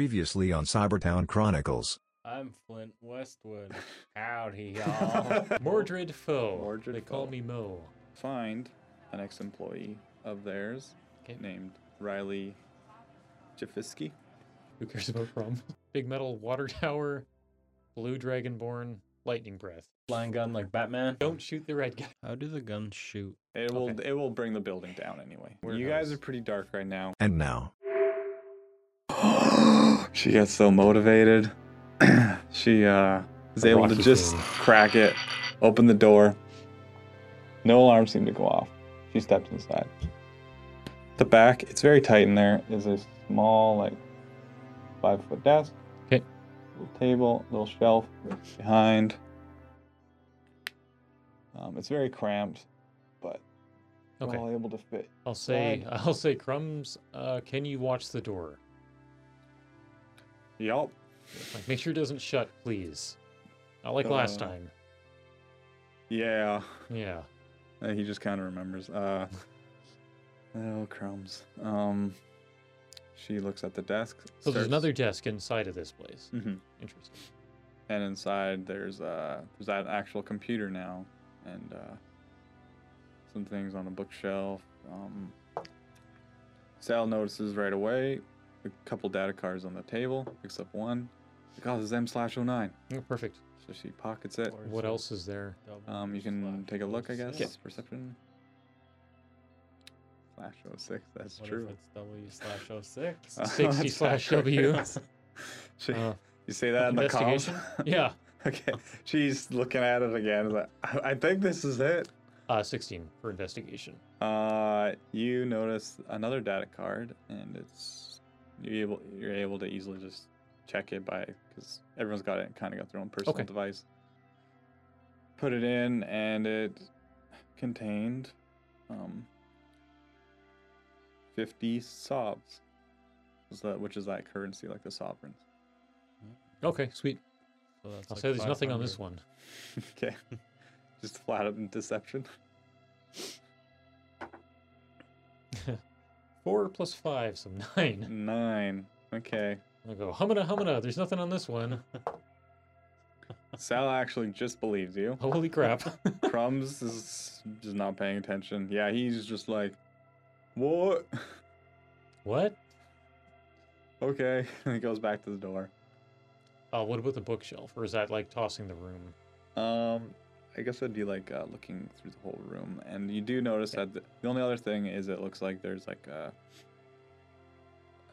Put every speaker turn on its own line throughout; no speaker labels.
Previously on Cybertown Chronicles.
I'm Flint Westwood. Howdy, y'all. Mordred Foe.
Mordred
they call
Foe.
me Mo.
find an ex-employee of theirs
Okay.
named Riley Jafisky.
Who cares about from? Big metal water tower, blue dragonborn, lightning breath.
flying gun like Batman.
Don't shoot the red guy.
How do the guns shoot?
It will
Okay.
it will bring the building down anyway. you guys are pretty dark right now.
And now,
she gets so motivated. she uh, is able to
Rocky
just
Four.
crack it, open the door. No alarm seemed to go off. She stepped inside. The back, it's very tight in there, is a small, like, five foot desk.
Okay.
Little table, little shelf behind. Um, it's very cramped, but
Okay.
we're all able to fit.
I'll say
God.
I'll say crumbs, uh, can you watch the door?
Yup.
Like make sure it doesn't shut, please. Not like last
Uh,
time.
Yeah.
Yeah.
Uh, he just kind of remembers. Uh, oh, crumbs. Um, she looks at the desk.
So
starts-
there's another desk inside of this place.
Mhm.
Interesting.
And inside there's uh there's that actual computer now, and uh, some things on a bookshelf. Um, Sal notices right away a couple data cards on the table, picks up one. Like, oh, this is M slash 09.
Oh, perfect.
So she pockets it.
Or
What
is it
else is there?
double
Um, you can
slash
take a look,
oh
I
06?
guess. Perception. Slash 06, that's
What if
true.
it's W slash 06?
Uh,
60
that's
slash
accurate.
W.
she,
Uh,
you say that in the comms?
investigation? yeah.
okay. She's looking at it again. is like, I, I think this is it.
Uh, 16 for investigation.
Uh, you notice another data card, and it's you're able you're able to easily just check it by because everyone's got it kind of got their own personal
Okay.
device. Put it in, and it contained um, fifty sobs, is that- which is that currency like the sovereigns.
Okay, sweet.
So that's
I'll
like
say there's nothing on this
500.
one.
okay, just flat out deception.
Four plus five, so nine.
Nine. Okay.
I go humana humana. There's nothing on this one.
Sal actually just believes you.
Holy crap!
Crumbs is just not paying attention. Yeah, he's just like, what?
what?
Okay. And he goes back to the door.
Oh, what about the bookshelf? Or is that like tossing the room?
Um, I guess I'd be like uh, looking through the whole room, and you do notice that the, the only other thing is it looks like there's like a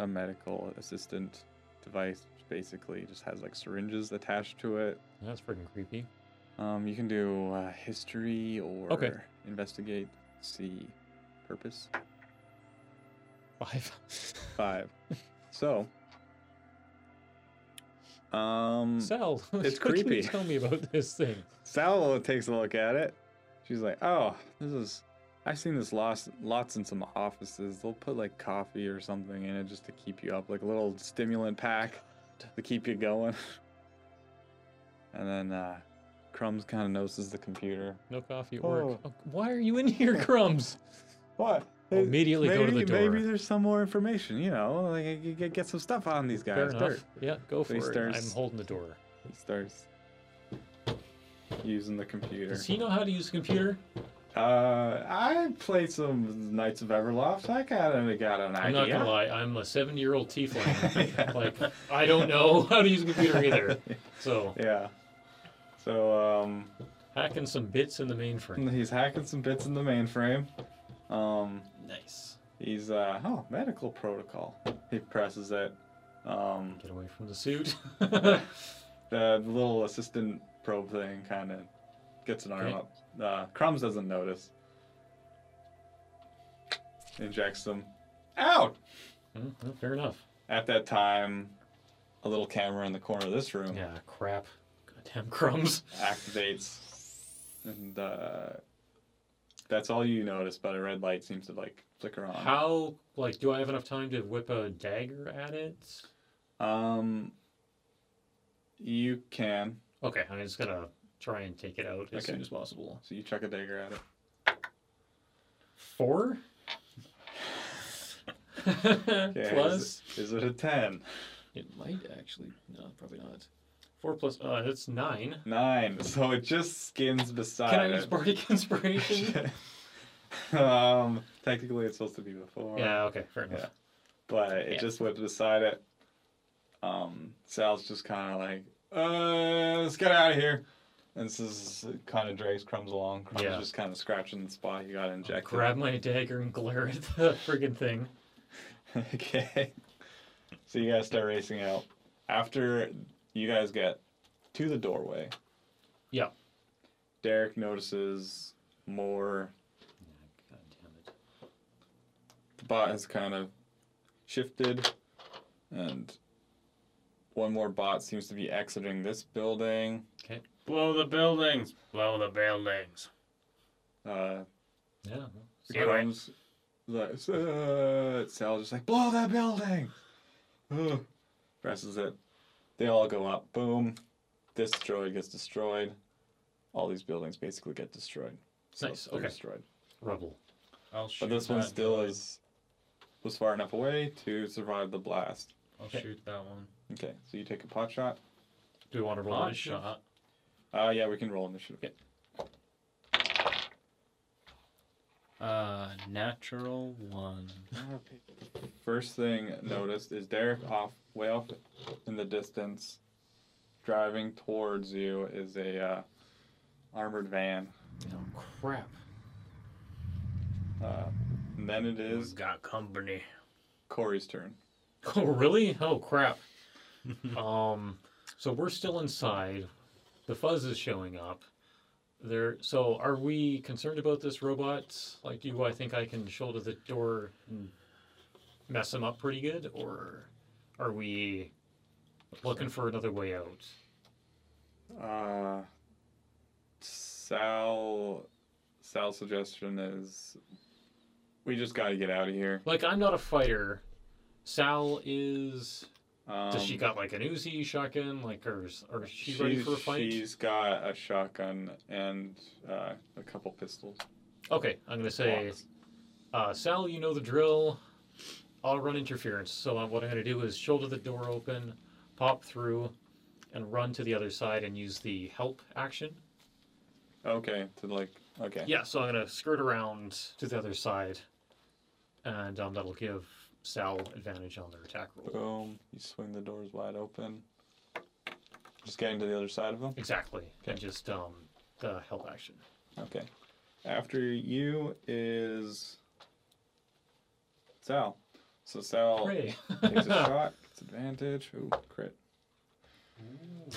a medical assistant device, which basically just has like syringes attached to it.
That's freaking creepy.
Um, you can do uh, history or
Okay.
investigate. See, purpose
Five.
five. so, um,
Sal,
It's
what can you
creepy.
Tell me about this thing.
Sal takes a look at it. She's like, "Oh, this is. I've seen this lots, lots in some offices. They'll put like coffee or something in it just to keep you up, like a little stimulant pack to keep you going." and then uh, Crumbs kind of notices the computer.
No coffee at work.
Oh.
Oh, why are you in here, Crumbs?
What?
I'll Oh, immediately go to
maybe,
the
Maybe
door.
there's some more information. You know, like I could get, get some stuff on these
Fair
guys.
enough.
Dirt.
Yeah,
So
go for
he
it. I'm
stares.
holding the door.
He starts using the computer.
Does he know how to use a computer?
Uh, I played some Knights of Everloft. I kind of got an
I'm not
idea.
gonna lie, I'm a seven year old tiefling. like I don't know how to use a computer either. So
Yeah. So um,
hacking some bits in the mainframe.
he's hacking some bits in the mainframe. Um,
Nice.
he's uh, oh, medical protocol. He presses it. Um,
Get away from the suit.
the little assistant probe thing kind of gets an arm
Okay.
up. Uh, Crumbs doesn't notice. Injects them. Out.
Mm, well, Fair enough.
At that time, a little camera in the corner of this room.
Yeah, crap. Goddamn crumbs.
activates and uh that's all you notice but a red light seems to like flicker on
How like do I have enough time to whip a dagger at it?
um you can
Okay, I'm just gonna try and take it out as
Okay.
soon as possible.
so you chuck a dagger at it
Four?
Okay, is-
Plus
is, it a 10
It might actually. No, probably not. Four plus. Uh, that's nine.
Nine. So it just skins beside
Can I use
it.
bardic inspiration?
um, technically, it's supposed to be before.
yeah. Okay. Fair enough.
Yeah. But it
Yeah.
just went beside it. Um, Sal's just kind of like, uh, let's get out of here. And this is kind of drags Crumbs along. Crumbs
Yeah.
just kind of scratching the spot he got injected.
Grab my dagger and glare at the friggin' thing.
okay. So you guys start racing out. After you guys get to the doorway.
Yeah.
Derek notices more.
God damn it.
The bot has kind of shifted, and one more bot seems to be exiting this building.
Blow the buildings. Blow the buildings.
Uh,
Yeah. well,
Do it.
Crumbs, like, uh, Sal just like blow that building. Ugh. Presses it. They all go up. Boom. This droid gets destroyed. All these buildings basically get destroyed.
Nice,
they're
okay.
Destroyed.
Rubble.
I'll shoot.
But this one
that
still
droid.
is was far enough away to survive the blast.
I'll
Okay.
shoot that one.
Okay, so you take a pot shot.
Do we want to roll
Pot
it?
shot.
Uh, yeah, we can roll initiative.
Yeah.
Uh, natural one.
First thing noticed is Derek off way off in the distance, driving towards you is a uh, armored van.
Oh crap.
Uh, and then it is
got company.
Corey's turn.
Oh really? Oh crap.
Um,
So we're still inside. The fuzz is showing up. There. So are we concerned about this robot? Like, do I think I can shoulder the door and mess him up pretty good, or are we looking for another way out?
Uh, Sal, Sal's suggestion is we just got to get out of here.
Like, I'm not a fighter. Sal is.
Um,
Does she got like an Uzi shotgun? Like, or is, or is she ready
she's-
for a fight?
She's got a shotgun and uh, a couple pistols.
Okay, I'm gonna say, uh, Sal, you know the drill. I'll run interference. So uh, what I'm gonna do is shoulder the door open, pop through, and run to the other side and use the help action.
Okay, to like okay.
Yeah, so I'm gonna skirt around to the other side, and um, that'll give Sal advantage on their attack roll.
Boom. You swing the doors wide open. Just getting to the other side of them.
Exactly, and just um, the help action.
Okay. After you is Sal. So Sal
Hooray!
Oh. takes a shot, gets advantage. Ooh, crit.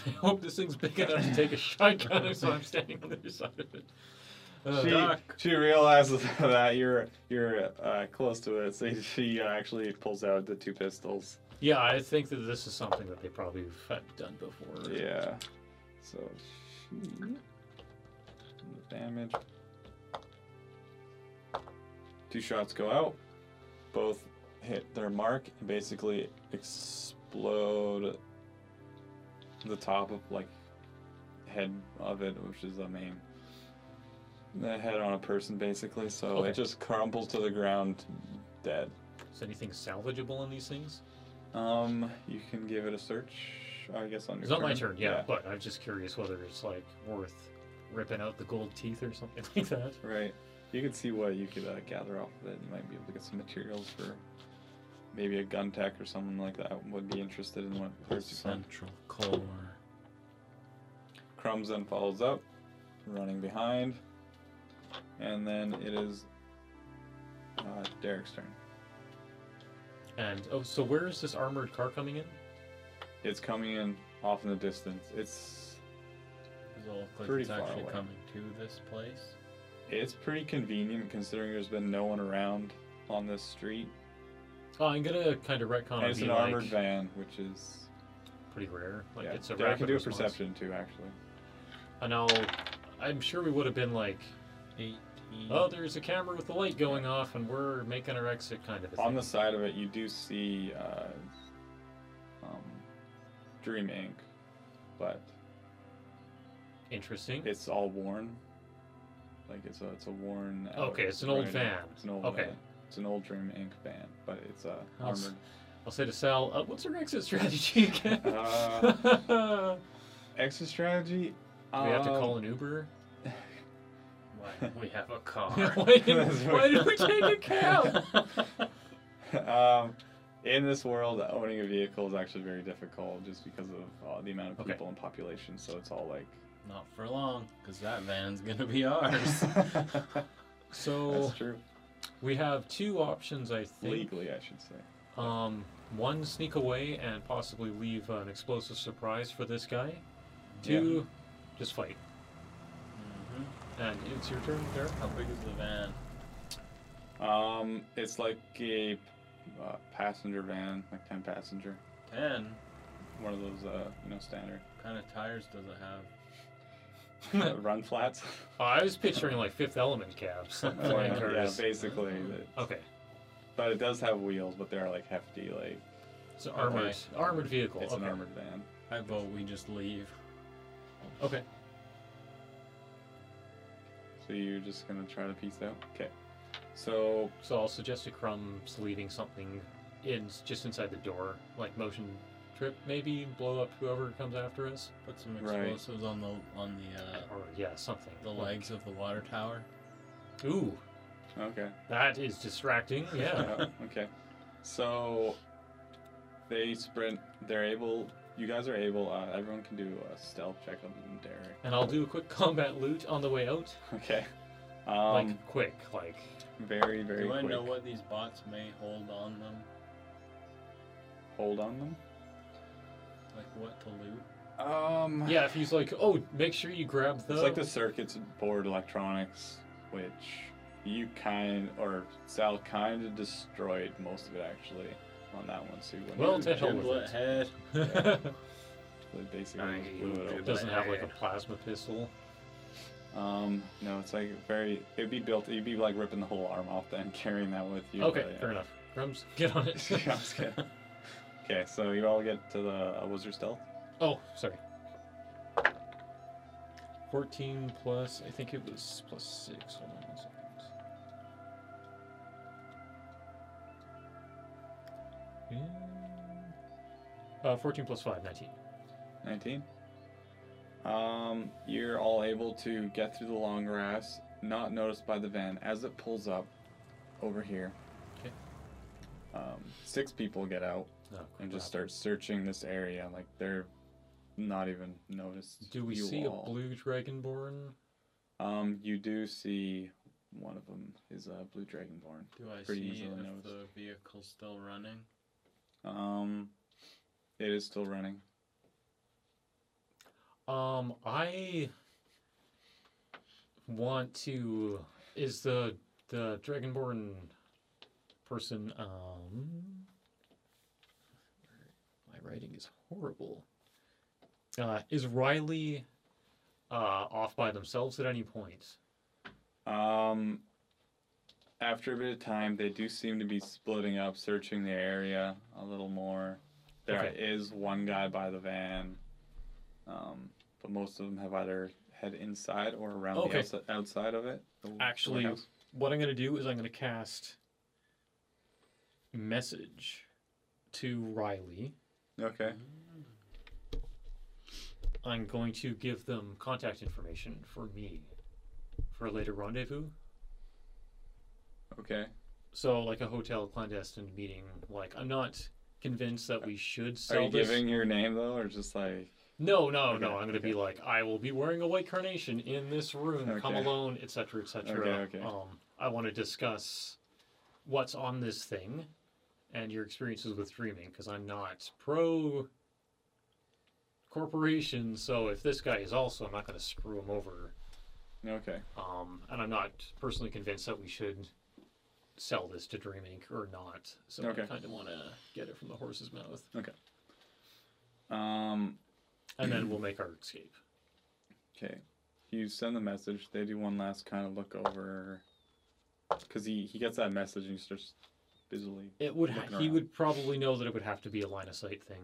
I hope this thing's big enough to take a shotgun, so I'm standing on the other side of it. Uh,
She,
Doc.
she realizes that you're you're uh, close to it, so she actually pulls out the two pistols.
Yeah, I think that this is something that they probably have done before.
Yeah. So she and the damage. Two shots go out. Both hit their mark and basically explode the top of like head of it, which is the main the head on a person basically. So
Okay.
it just crumples to the ground dead.
Is anything salvageable in these things?
Um you can give it a search, I guess on your
It's not my turn, yeah, but I'm just curious whether it's like worth ripping out the gold teeth or something like that.
Right. You could see what you could uh, gather off of it. You might be able to get some materials for maybe a gun tech or someone like that would be interested in what Percy found.
Central core.
Crumbs then follows up, running behind. And then it is uh, Derek's turn.
And oh, so where is this armored car coming in?
It's coming in off in the distance. It's
Does it look like
Pretty
it's
far
actually
away.
coming to this place?
it's pretty convenient considering there's been no one around on this street.
Oh, I'm gonna kind of retcon
And
and
it's
be
an
like
armored van, which is
pretty rare. Like
yeah.
it's a
Derek
rapid
can do a
response.
perception too, actually.
I know. I'm sure we would have been like,
18.
oh,
Mm-hmm.
there's a camera with the light going off, and we're making our exit, kind of. A
On
thing.
the side of it, you do see uh, um, Dream Inc., but
Interesting.
it's all worn. Like it's a it's a worn. out-
Okay, it's an old
running-
van.
It's an old
Okay.
van. It's an old Dream Inc. van, but it's a
I'll s-
armored.
I I'll say to Sal, uh, "What's our exit strategy again?"
Uh, Exit strategy. Um,
we have to call an Uber.
Why, we have a
why,
car.
did, why did we take a cab?
um, in this world, owning a vehicle is actually very difficult just because of uh, the amount of
Okay.
people and population. So it's all like.
Not for long, because that van's gonna be ours.
So
That's true.
we have two options, I think.
Legally, I should say.
Um, one sneak away and possibly leave an explosive surprise for this guy. Two, just fight.
hmm
And it's your turn, Derek.
How big is the van?
Um, it's like a uh, passenger van, like ten passenger,
Ten.
one of those uh, you know standard
What kind of tires does it have?
uh, run flats.
Uh, I was picturing like Fifth Element cabs.
Oh,
Uh,
flying
yeah,
cars.
basically. the-
Okay,
But it does have wheels, but they're like hefty. Like
so armored,
Okay.
armored vehicle.
it's
okay.
an armored van.
I vote we just leave.
Okay.
So you're just gonna try to piece out. Okay. So
So I'll suggest to Crumbs leaving something in just inside the door, like motion trip, maybe blow up whoever comes after us,
Put some
Right.
explosives on the on the uh,
or yeah, something.
the
like-
legs of the water tower.
Ooh,
okay.
that is distracting. Yeah.
Yeah, okay. So they sprint. They're able. You guys are able. Uh, everyone can do a stealth check on Derek.
and I'll do a quick combat loot on the way out.
Okay. Um,
like quick, like
very very
Do I
quick.
know what these bots may hold on them?
Hold on them.
Like what to loot?
Um.
yeah. If he's like, oh, make sure you grab the.
It's like the circuits board electronics, which you kind or Sal kind of destroyed most of it actually on that one too. When
Well,
you
to hell with
Giblet
it.
head.
really basically
I
just blew it
do
open.
doesn't have like a plasma pistol.
Um, no, it's like very. It'd be built. You'd be like ripping the whole arm off then carrying that with you.
Okay,
but, yeah.
fair enough. Crumbs, get on it.
Yeah, I'm just kidding. Okay, so you all get to the uh, wizard stealth.
Oh, sorry. 14 plus, I think it was plus 6. Hold on one second. Yeah. Uh, 14 plus 5, 19.
19. Um, you're all able to get through the long grass, not noticed by the van as it pulls up over here.
Okay.
Um, six people get out
No,
and just start searching this area like they're not even noticed.
Do we
you
see
all.
a blue dragonborn?
Um, you do see one of them is a blue dragonborn.
Do I
Pretty
see
easily
if
noticed.
the vehicle's still running?
Um, it is still running.
Um, I want to. Is the the dragonborn person? Um, my writing is horrible. Uh, is Riley uh, off by themselves at any point?
Um, after a bit of time, they do seem to be splitting up, searching the area a little more. There is
Okay.
one guy by the van, um, but most of them have either head inside or around
Okay.
the outside, outside of it. the
Actually,
warehouse.
what I'm gonna do is I'm gonna cast message to Riley.
okay,
I'm going to give them contact information for me for a later rendezvous.
okay,
So, like a hotel clandestine meeting. Like, I'm not convinced that we should sell
are you
this.
giving your name though, or just like
No, no,
Okay,
no. I'm going to be
okay.
like, I will be wearing a white carnation in this room. Come
Okay.
alone, etc., etc.
Okay, okay.
Um, I want to discuss what's on this thing and your experiences with dreaming because I'm not pro corporation. So if this guy is also, I'm not going to screw him over.
okay,
Um, and I'm not personally convinced that we should sell this to Dream Inc. or not. So
Okay.
I kind of want to get it from the horse's mouth.
um,
And then we'll make our escape.
Okay. You send the message. They do one last kind of look over. Because he, he gets that message and he starts busily.
It would
Looking
he
around.
would probably know that it would have to be a line of sight thing.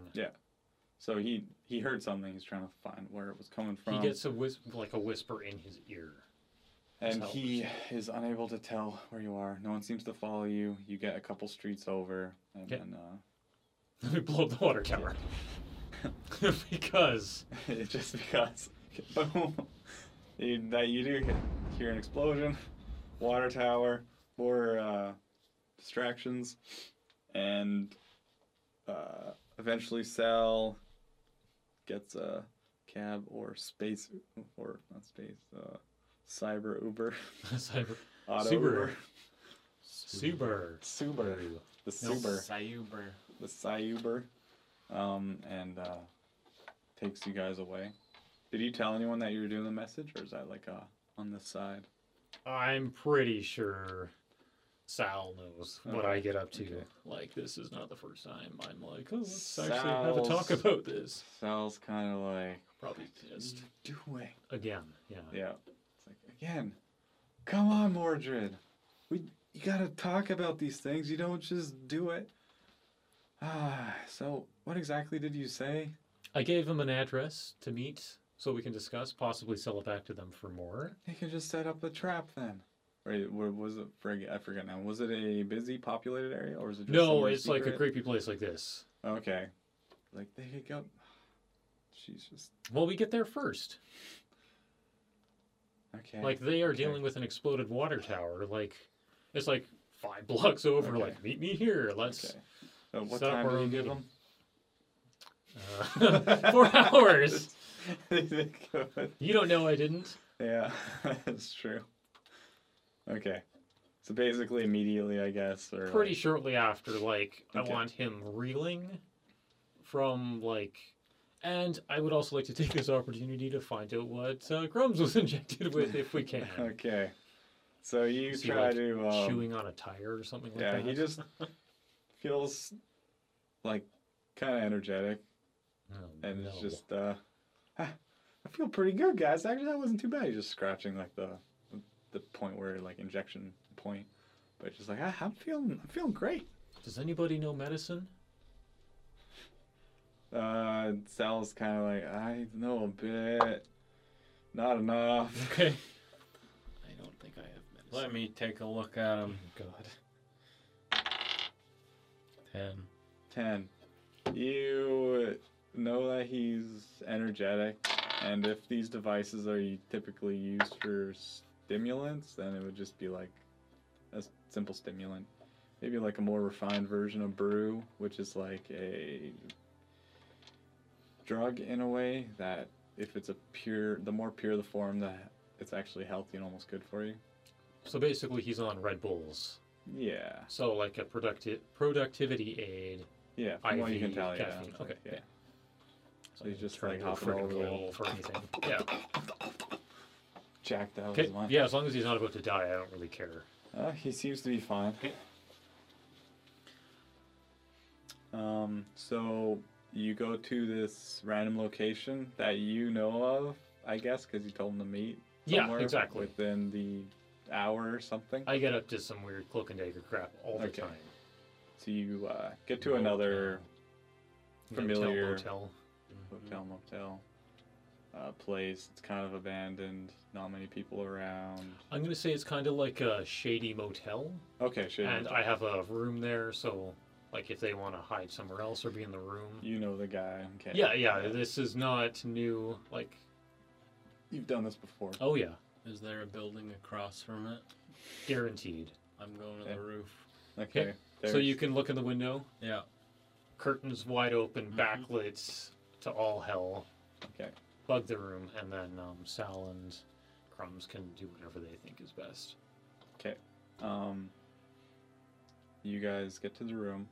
So he he heard something. He's trying to find where it was coming from.
He gets a whis- like a whisper in his ear.
and
help.
he is unable to tell where you are. No one seems to follow you. You get a couple streets over. And
Okay.
then uh,
Let me blow up the water tower. because
just because. Boom. You, that you do hit, hear an explosion, water tower, more uh, distractions, and uh, eventually Sal gets a cab or space or not space, uh, cyber Uber,
Cyber
auto
Subaru.
Uber,
Super.
Super, the Super,
Sayuber.
the Cyber, um, and uh, takes you guys away. Did you tell anyone that you were doing the message, or is that like uh, on the side?
I'm pretty sure Sal knows what I get up to.
Okay.
Like this is not the first time I'm like, oh, let's actually have a talk
Sal's-
about this.
Sal's kind of like,
Probably
what
pissed
are you doing?
again. Yeah.
Yeah. It's like, again, come on, Mordred. We, you gotta talk about these things. You don't just do it. Ah, so what exactly did you say?
I gave him an address to meet so we can discuss, possibly sell it back to them for more.
They can just set up a trap then. Right, where was it? frig- I forget now. Was it a busy, populated area, or was it just
no,
somewhere
it's like a
secret?
creepy place like this.
Okay, like they could go. She's just
Well, we get there first.
okay.
Like they are
Okay.
dealing with an exploded water tower. Like it's like five blocks over.
Okay.
Like meet me here. Let's.
okay. So what
set up
time
our
do you
own
give
meeting.
them?
Uh, four hours.
They could.
You don't know I didn't.
Yeah, that's true. Okay. So basically immediately, I guess, or
Pretty
like-
shortly after, like
Okay.
I want him reeling from like. And I would also like to take this opportunity to find out what uh, Crumbs was injected with, if we can.
Okay. So you
Is he,
try
like,
to um,
Chewing on a tire or something like
Yeah,
that.
he just feels like kind of energetic
Oh,
and it's
no.
just uh "Ah, I feel pretty good, guys. Actually, that wasn't too bad. He's just scratching like the the point where like injection point, but just like ah, I'm feeling I'm feeling great.
Does anybody know medicine?
Uh, Sal's kind of like I know a bit, not enough.
Okay.
I don't think I have medicine.
Let me take a look at him.
Oh,
God.
Ten.
10. You know that he's energetic, and if these devices are u- typically used for stimulants, then it would just be like a s- simple stimulant. Maybe like a more refined version of brew, which is like a drug in a way that if it's a pure, the more pure the form, that it's actually healthy and almost good for you.
So basically, he's on Red Bulls.
Yeah,
So like a productive productivity aid.
yeah. From what you can
IV
tell, yeah.
caffeine,
it's
okay,
like- yeah.
yeah.
So he's just like
Turned into a
hopping all
friggin'
over the
wall for anything. Yeah.
Jacked out.
Okay.
as much.
Yeah, as long as he's not about to die, I don't really care.
Uh, he seems to be fine. Um, so you go to this random location that you know of, I guess, because you told him to meet.
Yeah,
somewhere
exactly.
Within the hour or something.
I get up to some weird cloak and dagger crap all the
Okay.
time.
So you uh, get to
Motel.
another Familiar.
Motel, Mm-hmm. motel.
hotel motel uh, place. It's kind of abandoned, not many people around.
I'm gonna say it's kind of like a shady motel,
Okay, sure.
and I have a room there, so like if they want to hide somewhere else or be in the room.
you know the guy. Okay.
Yeah, yeah. This is not new. Like,
You've done this before.
oh yeah,
Is there a building across from it?
guaranteed.
I'm going to
Yeah.
the roof.
Okay.
So
there's-
you can look in the window,
Yeah.
curtains wide open,
Mhm.
backlit to all hell.
Mm-hmm. Okay.
Bug the room, and then um, Sal and Crumbs can do whatever they think is best.
Um, you guys get to the room,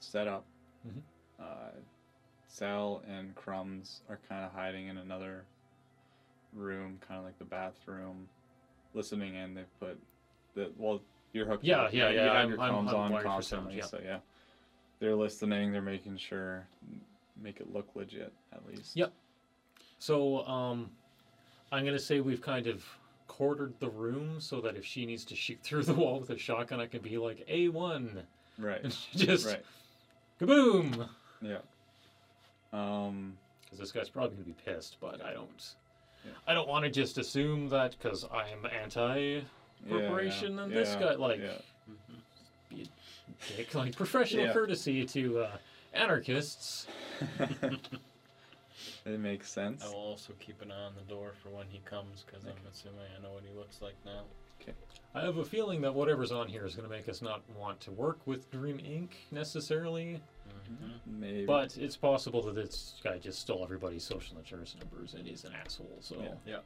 set up.
Mhm.
Uh, Sal and Crumbs are kind of hiding in another room, kind of like the bathroom, listening in. They put the well, you're hooked.
Yeah,
up,
yeah,
right? You
yeah,
have
I'm-
your
I'm-
comms
I'm
on
wired for
constantly,
sound, yeah.
so yeah, they're listening. They're making sure, make it look legit at least.
Yeah. So um, I'm gonna say we've kind of quartered the room so that if she needs to shoot through the wall with a shotgun, I can be like A one,
Right.
and she just
right.
kaboom. Because
Yeah. Um.
this guy's probably gonna be pissed, but I don't.
Yeah.
I don't want to just assume that because I'm anti
yeah, yeah,
corporation and this
yeah,
guy like
yeah.
dick, like professional
Yeah.
courtesy to uh, anarchists.
It makes sense.
I will also keep an eye on the door for when he comes, because I'm assuming I know what he looks like now.
I have a feeling that whatever's on here is going to make us not want to work with Dream Inc. necessarily,
Mm-hmm.
Maybe.
but it's possible that this guy just stole everybody's social insurance numbers and is an asshole. So,
Yeah.
Yeah.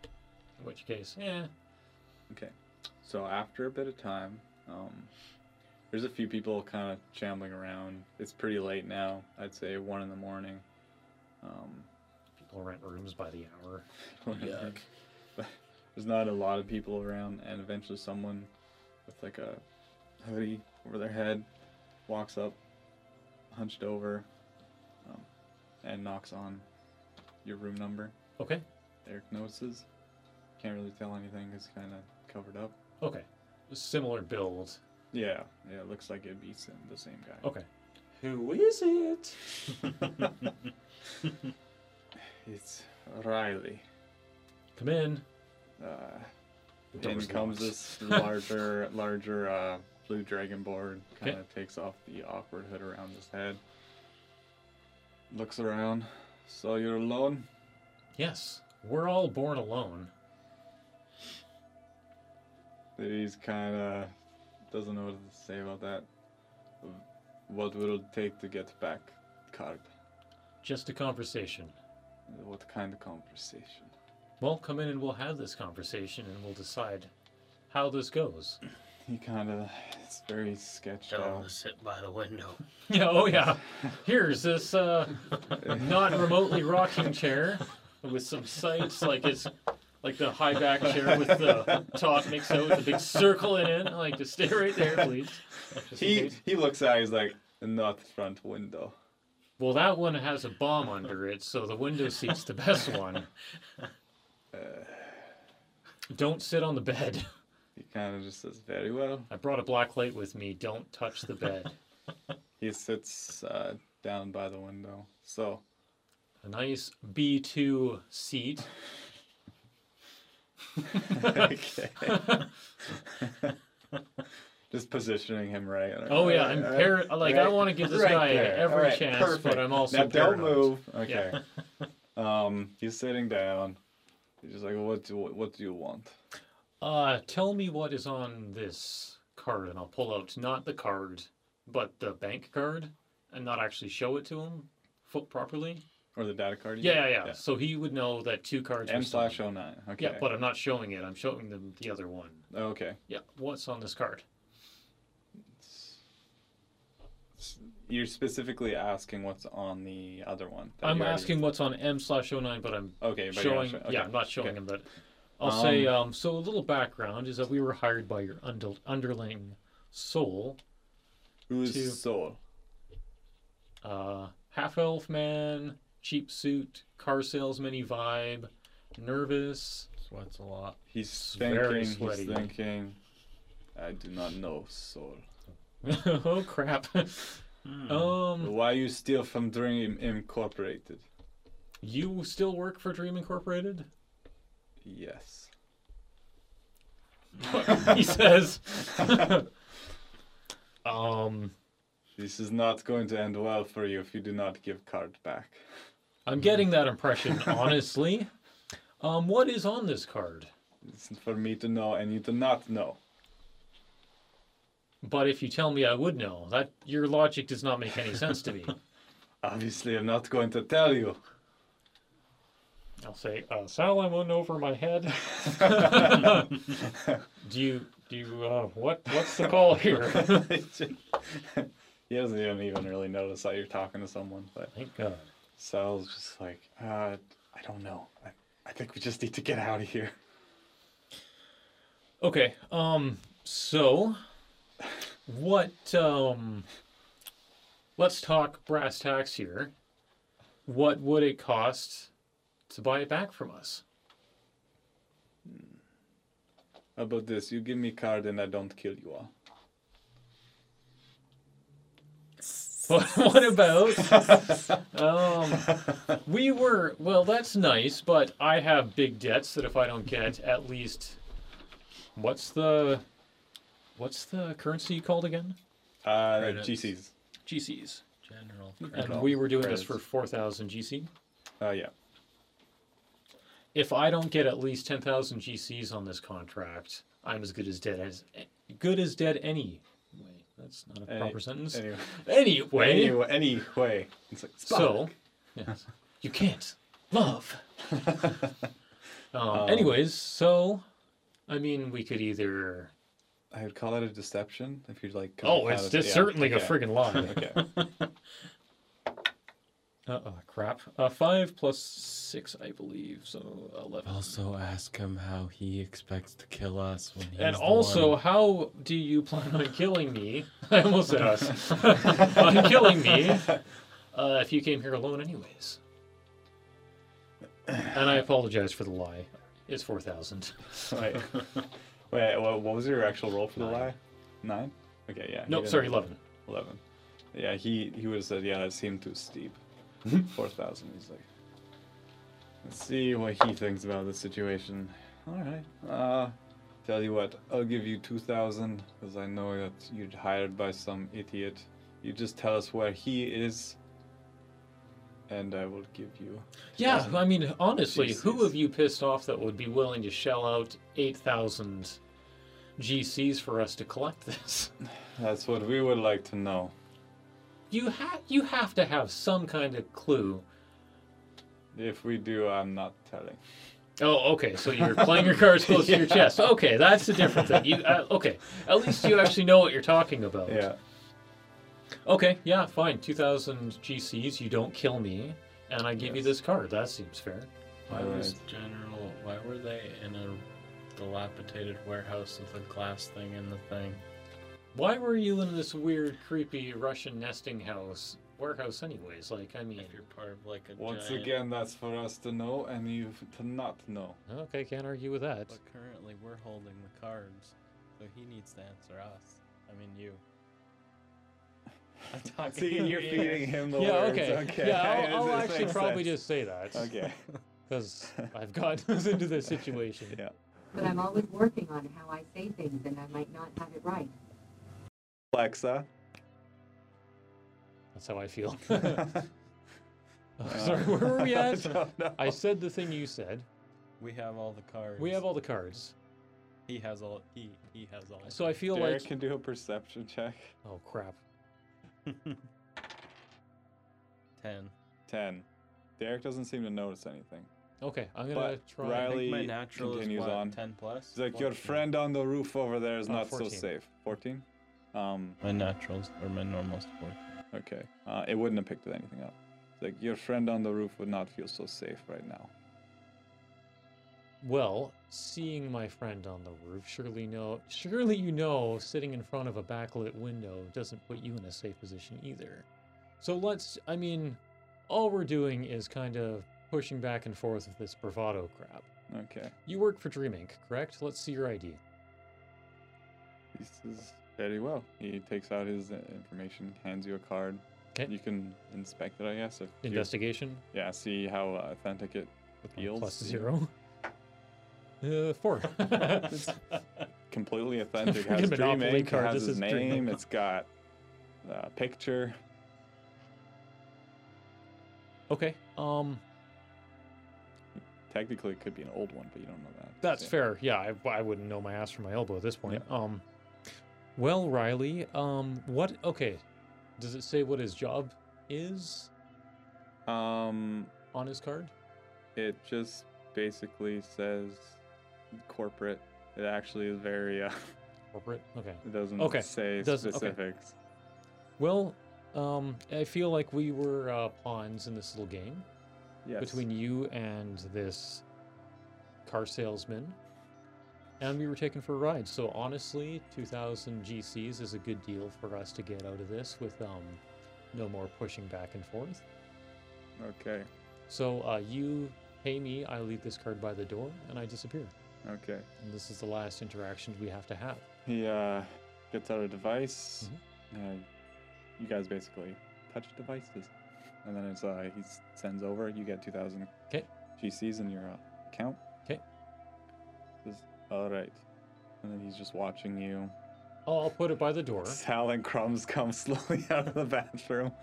in which case, eh, yeah,
So after a bit of time, um, there's a few people kind of shambling around. It's pretty late now. I'd say one in the morning. Um,
people rent rooms by the hour.
Yuck.
there's not a lot of people around, and eventually someone with like a hoodie over their head walks up, hunched over, um, and knocks on your room number.
Okay,
Eric notices. Can't really tell anything. It's kind of covered up.
okay, similar build.
Yeah, yeah. It looks like it'd be sim- the same guy.
Okay,
Who is it? it's Riley.
come in.
Uh,
The
in
door's
comes
locked.
this larger, larger uh, blue dragonborn. Kind of takes off the awkward hood around his head. Looks around. So you're alone.
Yes, we're all born alone.
He's kind of doesn't know what to say about that. What will it take to get back, card?
Just a conversation.
What kind of conversation?
Well, come in and we'll have this conversation and we'll decide how this goes.
He kind of, it's very sketched
Tell him
out.
to sit by the window.
Yeah, oh yeah. Here's this uh, not remotely rocking chair with some sights, like it's like the high back chair with the top mixed out with a big circle in it. Like just stay right there, please. Just in
He
case.
he looks out. He's like, not the front window.
Well, that one has a bomb under it, so the window seat's the best one. Don't sit on the bed.
He kind of just says, very well.
I brought a black light with me. Don't touch the bed.
He sits uh, down by the window. So
A nice B2 seat.
okay. just positioning him right.
Oh yeah,
Alright,
I'm
alright.
par- like I
Right
want to give this
right
guy
there.
every
Alright,
chance,
perfect.
but I'm also
now don't
paranoid.
move. Okay. um, he's sitting down. He's just like, what do what do you want?
Uh, tell me what is on this card, and I'll pull out not the card, but the bank card, and not actually show it to him fo- properly.
Or the data card? you
Yeah,
got?
yeah, yeah. So he would know that two cards.
M
were stolen.
slash 09. Okay.
Yeah, but I'm not showing it. I'm showing them the other one.
okay.
Yeah, what's on this card?
You're specifically asking what's on the other one. that
I'm
you already-
asking what's on M slash 09, but I'm
Okay, but you're not
showing.
sure- okay,
Yeah, I'm not showing
okay.
him that. I'll say. Um, so a little background is that we were hired by your under, underling Soul,
Who's
to-
Soul?
uh, half elf man, cheap suit, car salesman vibe, nervous.
Sweats a lot.
He's
very
thinking. He's
sweaty.
thinking. I do not know Soul.
oh crap. um,
Why you steal from Dream Incorporated?
you still work for Dream Incorporated?
Yes.
he says. um,
This is not going to end well for you if you do not give card back.
I'm getting that impression, honestly. Um, what is on this card?
It's for me to know, and you do not know.
But if you tell me, I would know. That your logic does not make any sense to me.
Obviously, I'm not going to tell you.
I'll say, uh, Sal, I'm in over my head. do you, do you, uh, what, what's the call here?
he doesn't even, even really notice that you're talking to someone, but
Thank God.
Sal's just like, uh, I don't know. I, I think we just need to get out of here.
Okay, um, so, what, um, let's talk brass tacks here. What would it cost to buy it back from us?
How about this? You give me card and I don't kill you all.
What, what about? um, we were well. That's nice, but I have big debts that if I don't get at least, what's the, what's the currency called again?
Uh,
Credits.
GCs.
GCs.
General.
And
all
we were doing this
creds.
for 4,000 GC.
Oh yeah.
If I don't get at least 10,000 GCs on this contract, I'm as good as dead as good as dead any. Wait, that's not a
Any-
proper sentence.
Anyway.
Anyway,
Anyway. Anyway. It's like,
so yes, you can't love. um, anyways, so I mean, we could either.
I would call it a deception if you'd like.
Oh, it's just certainly a friggin' lie.
Okay.
Uh oh, crap. Uh, five plus six, I believe, so eleven.
Also ask him how he expects to kill us when he's
and
the
also,
one.
how do you plan on killing me? I almost said us. on killing me, uh, if you came here alone, anyways. And I apologize for the lie. It's four thousand.
Wait. Wait. What, what was your actual roll for the lie? Nine. Okay. Yeah. he
No,
didn't-
sorry, eleven.
Eleven. Yeah. He he would have said, yeah, that seemed too steep. Four thousand. He's like. Let's see what he thinks about the situation. All right. Uh, tell you what, I'll give you two thousand because I know that you're hired by some idiot. You just tell us where he is, and I will give you.
Yeah, I mean, honestly, who
GCs.
have you pissed off that would be willing to shell out eight thousand GCs for us to collect this?
That's what we would like to know.
You ha- you have to have some kind of clue.
If we do, I'm not telling.
Oh, okay. So you're playing your cards close to your chest. Okay, that's a different thing. You, uh, okay, at least you actually know what you're talking about.
Yeah.
Okay. Yeah. Fine. Two thousand GCs. You don't kill me, and I give you
Yes.
this card. That seems fair.
why
Alright.
was General? Why were they in a dilapidated warehouse with a glass thing in the thing?
Why were you in this weird, creepy Russian nesting house warehouse, anyways? Like, I mean,
If you're part of like a
Once
giant-
again, that's for us to know and you to not know.
Okay, can't argue with that.
But currently, we're holding the cards, so he needs to answer us. I mean, you. I'm talking.
See,
to
you're
you.
feeding him the
yeah,
words.
okay.
okay.
Yeah,
Does
I'll, I'll
this
actually
make
probably
sense?
just say that
Okay.
because I've gotten us into this situation.
Yeah.
But I'm always working on how I say things and I might not have it right.
Alexa.
That's how I feel.
Sorry,
Sorry, where were we at?
Uh, I don't know.
I said the thing you said.
We have all the cards.
We have all the cards,
He has all. He he has all.
so I feel
Derek
like
can do a perception check.
oh crap.
Ten.
Ten. Derek doesn't seem to notice anything.
Okay, I'm gonna
But
try.
I think my
Riley
natural is
continues
what,
on.
ten plus.
He's like, your
14.
friend on the roof over there is
Oh,
not so
14.
safe. Fourteen. Um.
My naturals or my normals fourteen.
Okay. Uh, it wouldn't have picked anything up. It's Like your friend on the roof would not feel so safe right now.
Well, seeing my friend on the roof, surely no, surely you know, sitting in front of a backlit window doesn't put you in a safe position either. So let's, I mean, all we're doing is kind of pushing back and forth with this bravado crap.
Okay.
You work for Dream Inc., correct? Let's see your ID.
He says very well. He takes out his uh, information, hands you a card.
'Kay.
You can inspect it, I guess. If you-
Investigation
yeah, see how uh, authentic it
one
feels.
plus zero. Uh, four.
Completely authentic.
Freaking
has Dream
Monopoly
Inc.
card,
Has
this
his
is Dream
name.
Inc.
It's got uh, picture.
okay. Um,
Technically, it could be an old one, but you don't know that.
That's
Yeah.
fair. Yeah, I, I wouldn't know my ass from my elbow at this point. Um, well, Riley, um, what? Okay, does it say what his job is
Um,
on his card?
it just basically says corporate. It actually is very. Uh,
Corporate. Okay.
it doesn't
Okay,
say
doesn't- okay.
specifics.
Well, um, I feel like we were uh, pawns in this little game
Yes.
between you and this car salesman, and we were taken for a ride. So honestly, 2,000 GCs is a good deal for us to get out of this with um, no more pushing back and forth.
Okay.
So uh, you pay me, I leave this card by the door, and I disappear.
Okay.
And this is the last interaction we have to have.
He uh, gets out a device.
Mm-hmm.
Uh, you guys basically touch devices, and then it's uh, he s- sends over. You get two thousand
'Kay.
GCs in your uh, account.
'Kay.
Says, All right, and then he's just watching you.
Oh, I'll put it by the door.
Sal and crumbs come slowly out of the bathroom.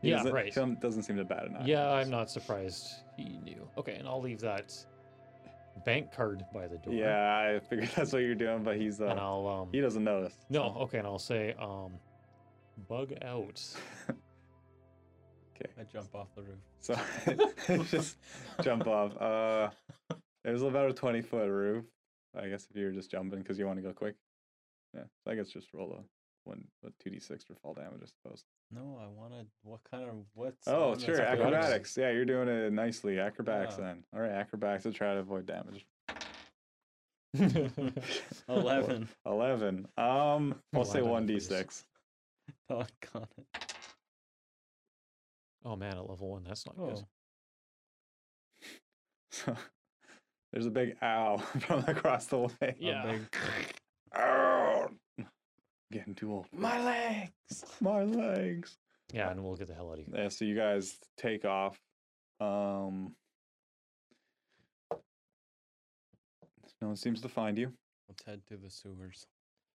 He
Yeah,
doesn't-
right.
Chum doesn't seem to bat an eye.
Yeah, I'm not surprised he knew. Okay, and I'll leave that bank card by the door.
Yeah, I figured that's what you're doing, but he's
And
uh,
I'll um
he doesn't notice.
no, okay, and I'll say um bug out.
Okay,
I jump off the roof.
so just jump off. Uh, there's about a 20 foot roof. I guess if you're just jumping because you want to go quick. Yeah, so I guess just roll a one, a 2d6 for fall damage, I suppose.
No, I want to. What kind of what's?
Oh,
on this
sure,
building?
acrobatics. Yeah, you're doing it nicely. Acrobatics
Yeah.
then. All right, acrobatics to try to avoid damage.
Eleven.
11. Um, I'll say
11, please.
1d6.
oh, got it.
oh man, at level one, that's not
Oh,
good.
So there's a big ow from across the way.
Yeah.
Ow! Getting too old.
my legs.
My legs.
Yeah, and we'll get the hell out of here.
Yeah, so you guys take off. Um No one seems to find you.
Let's head to the sewers.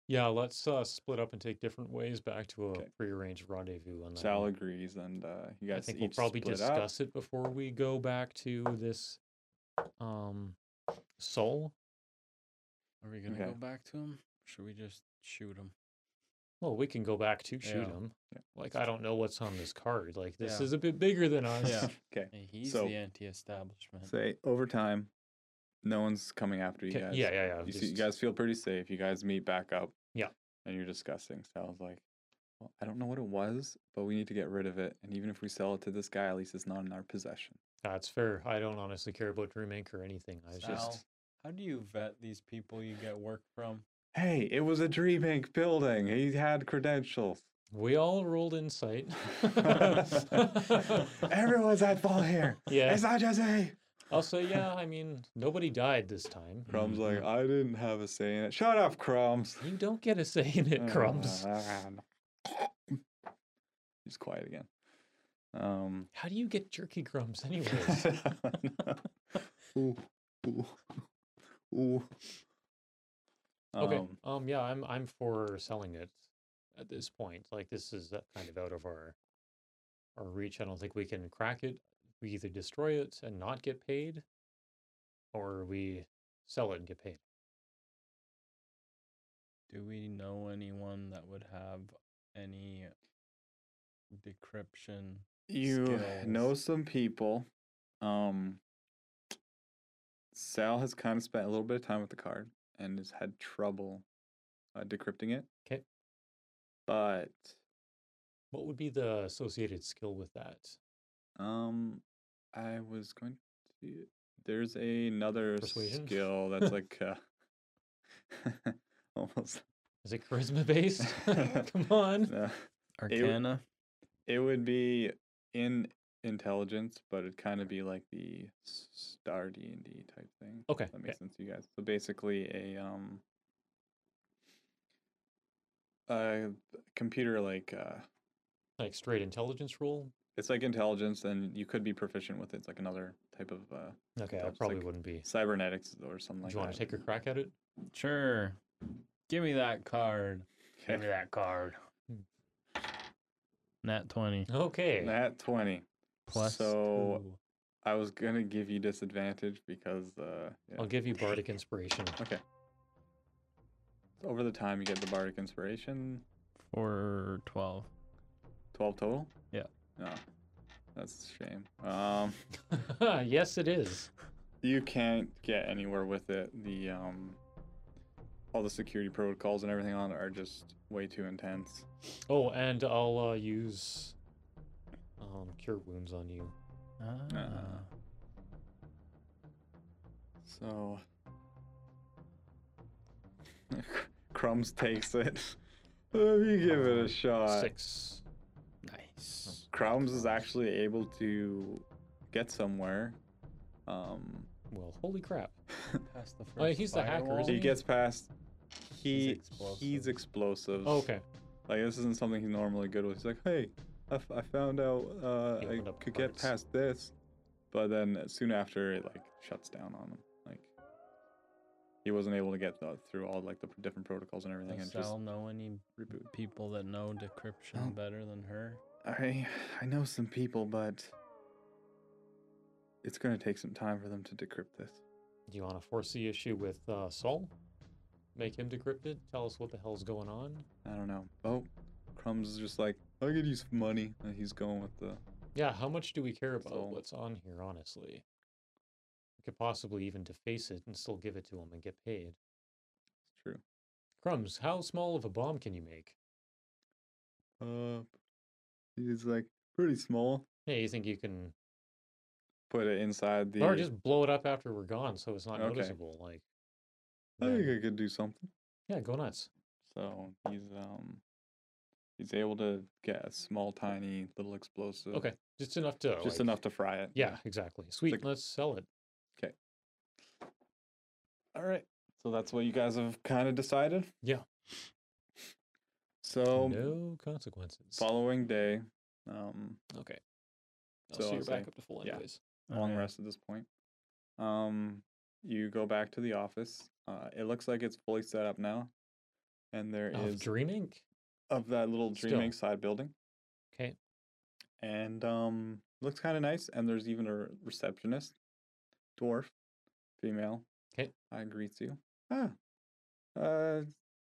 Yeah, let's uh split up and take different ways back to a
Okay.
prearranged rendezvous on that.
Sal agrees, and uh, you
I
guys
think
each
we'll probably
split up.
discuss it before we go back to this um soul.
Are we gonna
Okay.
go back to him? Should we just shoot him?
Well, we can go back to shoot
Yeah.
him.
Yeah.
Like I don't know what's on this card. Like this
Yeah.
is a bit bigger than us.
Yeah.
Okay.
Hey, he's
So-
the anti-establishment.
Say over time, no one's coming after you
Okay,
guys.
yeah, yeah, yeah.
you, see, you
just-
guys feel pretty safe. You guys meet back up.
Yeah.
And you're discussing. So I was like, well, I don't know what it was, but we need to get rid of it. And even if we sell it to this guy, at least it's not in our possession.
That's fair. I don't honestly care about Dream Inc. or anything. I was
Sal,
just
how do you vet these people you get work from?
Hey, it was a Dream Inc. building. He had credentials.
we all rolled insight.
Everyone's at fault here.
yeah.
It's not just me.
I'll say yeah, I mean nobody died this time.
Crumbs like, I didn't have a say in it. Shut up, Crumbs.
You don't get a say in
Uh,
it, crumbs.
He's quiet again. Um
How do you get jerky crumbs anyways?
ooh, ooh, ooh.
okay.
Um,
Um yeah, I'm I'm for selling it at this point. Like this is uh, kind of out of our our reach. I don't think we can crack it. We either destroy it and not get paid or we sell it and get paid.
Do we know anyone that would have any decryption?
you know
skills.
some people. Um, Sal has kind of spent a little bit of time with the card and has had trouble uh, decrypting it.
'Kay.
But
What would be the associated skill with that?
um, I was going to. There's another
Persuasion?
skill that's like uh, almost
Is it charisma based? Come on.
no. w-
Arcana.
It would be in intelligence, but it'd kind of be like the s- star D and D type thing.
Okay,
if that makes sense to you guys. So basically, a um, a computer like uh,
Like straight intelligence roll?
it's like intelligence, and you could be proficient with it. It's like another type of uh,
Okay, I
Perhaps,
probably
like,
wouldn't be.
cybernetics or something like
Do you want
that.
to take a crack at it?
Sure. Give me that card.
Give me that card.
Nat twenty
Okay.
Nat twenty.
plus
So-
two.
I was gonna give you disadvantage because uh, yeah.
I'll give you bardic inspiration.
over the time you get the bardic inspiration.
for twelve.
12 total?
Yeah.
No. That's a shame. Um,
yes, it is.
you can't get anywhere with it. The um, all the security protocols and everything on it are just way too intense.
Oh, and I'll uh, use um, cure wounds on you.
Uh,
Ah.
So Crumbs takes it. Let me give it a shot.
Six.
Nice.
Crumbs is actually able to get somewhere. Um,
Oh, Well, holy crap.
Past the first
Oh, he's the hacker,
firewall.
isn't
he gets past. He
explosives.
he's explosives.
Oh, okay.
Like this isn't something he's normally good with. He's like, hey, I, f- I found out uh,
He
I
opened up
could get
parts.
past this, but then soon after it like shuts down on him. Like he he wasn't able to get the, through all like the p- different protocols and everything. And just
Sal know any
reboot.
e-, people that know decryption
Oh.
better than her?
I I know some people, but it's gonna take some time for them to decrypt this.
Do you want to force the issue with uh, Saul? Make him decrypt it? Tell us what the hell's going on?
I don't know. Oh, Crumbs is just like I could use money, and he's going with the
Yeah, how much do we care about
Saul.
what's on here, honestly? We could possibly even deface it and still give it to him and get paid.
it's true.
Crumbs, how small of a bomb can you make?
Uh, he's like pretty small.
Yeah, you think you can,
Put it inside the.
or just blow it up after we're gone, so it's not
Okay.
noticeable. Like,
I think
then-
I could do something.
yeah, go nuts.
So he's um, he's able to get a small, tiny little explosive. uh,
Okay, just enough to
Just
like-
enough to fry it.
Yeah, exactly. Sweet,
like-
let's sell it.
All right. So that's what you guys have kind of decided.
Yeah.
So
no consequences.
following day, um,
Okay. Oh,
So
so,
I'll
you're
say-
back up to full
yeah.
anyways.
long
Okay.
Uh-huh.
rest at this point. Um, you go back to the office. Uh, it looks like it's fully set up now, and there is
Of Dream Inc.
of that little
Still.
dreaming side building.
Okay.
And um looks kind of nice and there's even a re- receptionist. Dwarf, female.
'Kay.
I greets you. Ah. Uh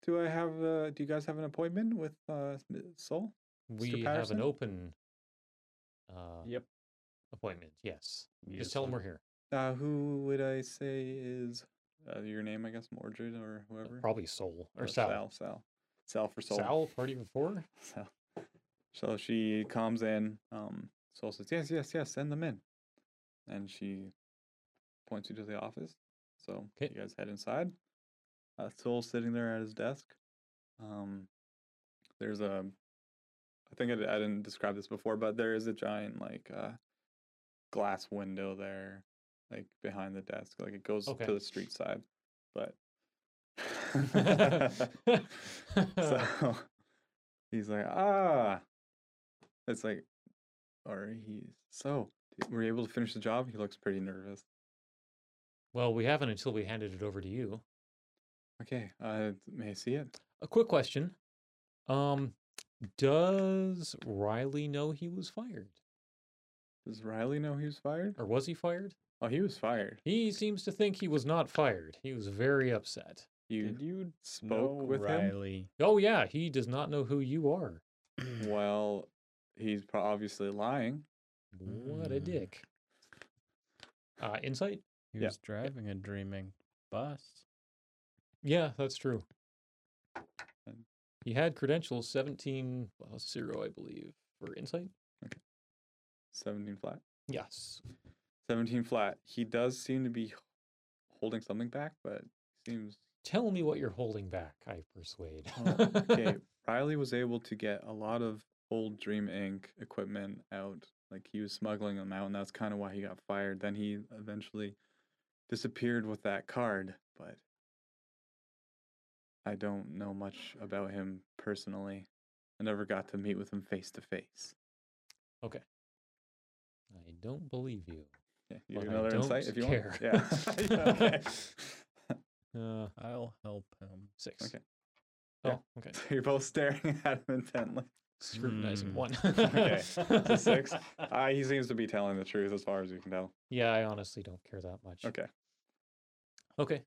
do I have uh do you guys have an appointment with uh M- Soul?
We have
Patterson?
an open uh,
Yep.
appointment. Yes.
Yes,
Just tell them
sir.
we're here.
Uh who would I say is uh, your name I guess Mordred or
Uh,
whoever?
Probably Soul or Sal.
Sal, Sal. Sal for Soul.
Sal, party before?
So, so she comes in. Um, Soul says, "Yes, yes, yes, send them in," and she points you to the office. So
'Kay.
you guys head inside. Uh, Soul's sitting there at his desk. Um, there's a, I think I, d- I didn't describe this before, but there is a giant like uh, glass window there, like behind the desk. Like it goes
Okay.
to the street side, but so he's like, ah, it's like, or he's so. d- Were you able to finish the job? He looks pretty nervous.
well, we haven't until we handed it over to you.
Okay, uh, may I see it?
A quick question. Um, does Riley know he was fired?
Does Riley know he was fired?
Or was he fired?
Oh, he was fired.
He seems to think he was not fired. He was very upset.
You
Did you
spoke with him.
Riley?
Oh, yeah, he does not know who you are.
Well, he's pro- obviously lying.
What a
Mm.
dick. Uh, insight?
He
Yeah.
was driving a dreaming bus.
Yeah, that's true.
And-
He had credentials 17 plus 0, I believe, for insight.
Seventeen flat.
Yes.
Seventeen flat. He does seem to be holding something back, but seems
Tell me what you're holding back, I persuade.
Oh, okay, Riley was able to get a lot of old Dream Inc. equipment out. Like he was smuggling them out, and that's kind of why he got fired. Then he eventually disappeared with that card, but I don't know much about him personally. I never got to meet with him face to face.
I don't believe you.
Yeah, you get
But I
another insight
don't
if you
care.
want. Yeah. Yeah, okay.
Uh,
I'll help him.
six.
Okay.
Oh,
Yeah.
okay.
So you're both staring at him intently.
Scrutinizing
Mm.
one.
Okay, so six. Uh, he seems to be telling the truth as far as you can tell.
Yeah, I honestly don't care that much.
Okay.
Okay.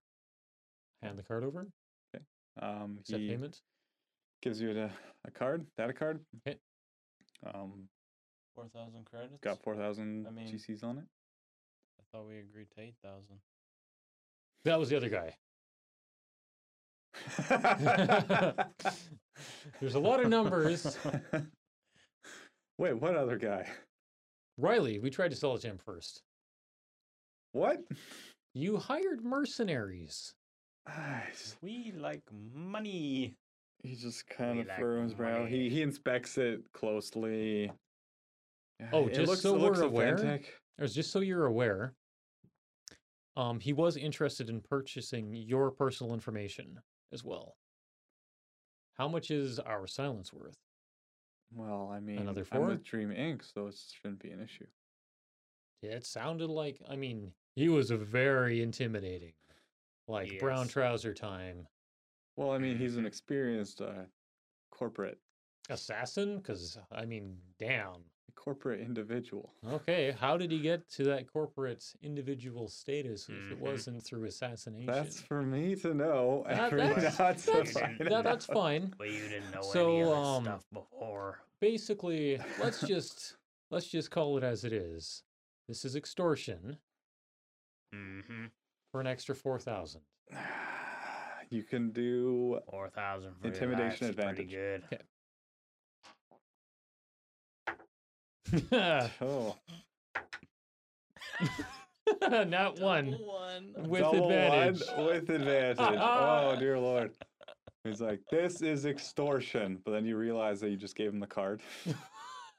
Hand the card over.
Um,
Accept
he
payment.
gives you a, a card, that a card.
Okay.
Um,
Four thousand credits.
it's got four thousand
I mean-
GCs on it.
I thought we agreed to eight thousand.
That was the other guy. There's a lot of numbers.
Wait, what other guy?
Riley, we tried to sell it to him first.
What?
You hired mercenaries.
Ah, he's-
We like money.
he just kind of
like
furrows his brow. He
money.
he inspects it closely. Yeah,
Oh,
it
just
looks,
so
it looks
we're aware,
authentic.
Or just so you're aware, um, he was interested in purchasing your personal information as well. How much is our silence worth?
Well, I mean,
Another
I'm
four?
with Dream Inc., so it shouldn't be an issue.
It sounded like, I mean, he was very intimidating. like brown
Yes.
trouser time.
Well, I mean, he's an experienced uh, corporate
Assassin? Because, I mean, damn.
corporate individual.
Okay, how did he get to that corporate individual status if
Mhm.
it wasn't through assassination?
That's for me to know.
That-
and for you
that's-
not to
that's-
find
that, that's
out.
fine.
But you didn't know any
So,
of
um,
this stuff before.
Basically, let's just let's just call it as it is. This is extortion
Mm-hmm.
for an extra four thousand.
You can do
Four thousand for
Intimidation
your life's Pretty good.
Uh,
oh
Not one
Double one.
with
double one
advantage.
with advantage. oh dear lord. He's like, this is extortion. But then you realize that you just gave him the card.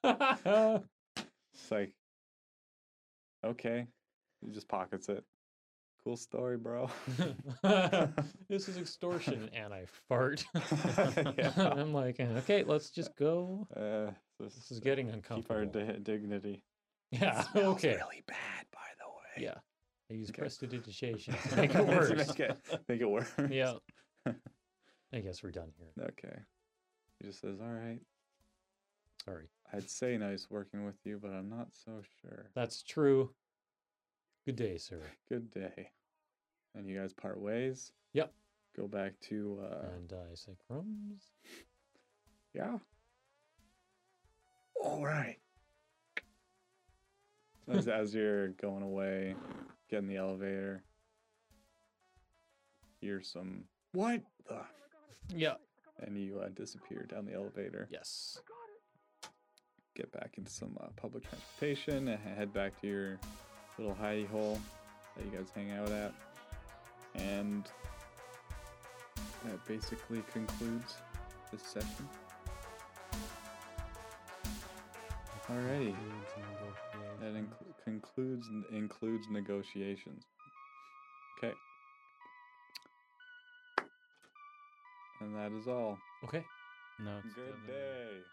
It's like, okay, he just pockets it. Cool story, bro.
this is extortion, and I fart.
yeah.
I'm like, okay, let's just go.
Uh, this,
This is getting
keep our
uncomfortable.
di- dignity.
yeah. Okay.
Really bad, by the way.
Yeah. I use
Okay.
prestidigitation to make it worse.
make, it, make it worse.
yeah. I guess we're done here.
Okay. He just says, all right.
Sorry.
I'd say nice working with you, but I'm not so sure.
That's true. Good day, sir.
Good day. And you guys part ways.
Yep. Mm-hmm.
Go back to uh
and I say crumbs.
yeah. All right. As, as you're going away, getting the elevator, hear some what the,
Yeah.
and you uh, disappear down the elevator.
Yes.
Get back into some uh, public transportation and head back to your little hidey hole that you guys hang out at, and that basically concludes this session. Alrighty. That inclu- concludes includes negotiations. Okay. And that is all.
Okay.
No. it's
Good
definitely-
day.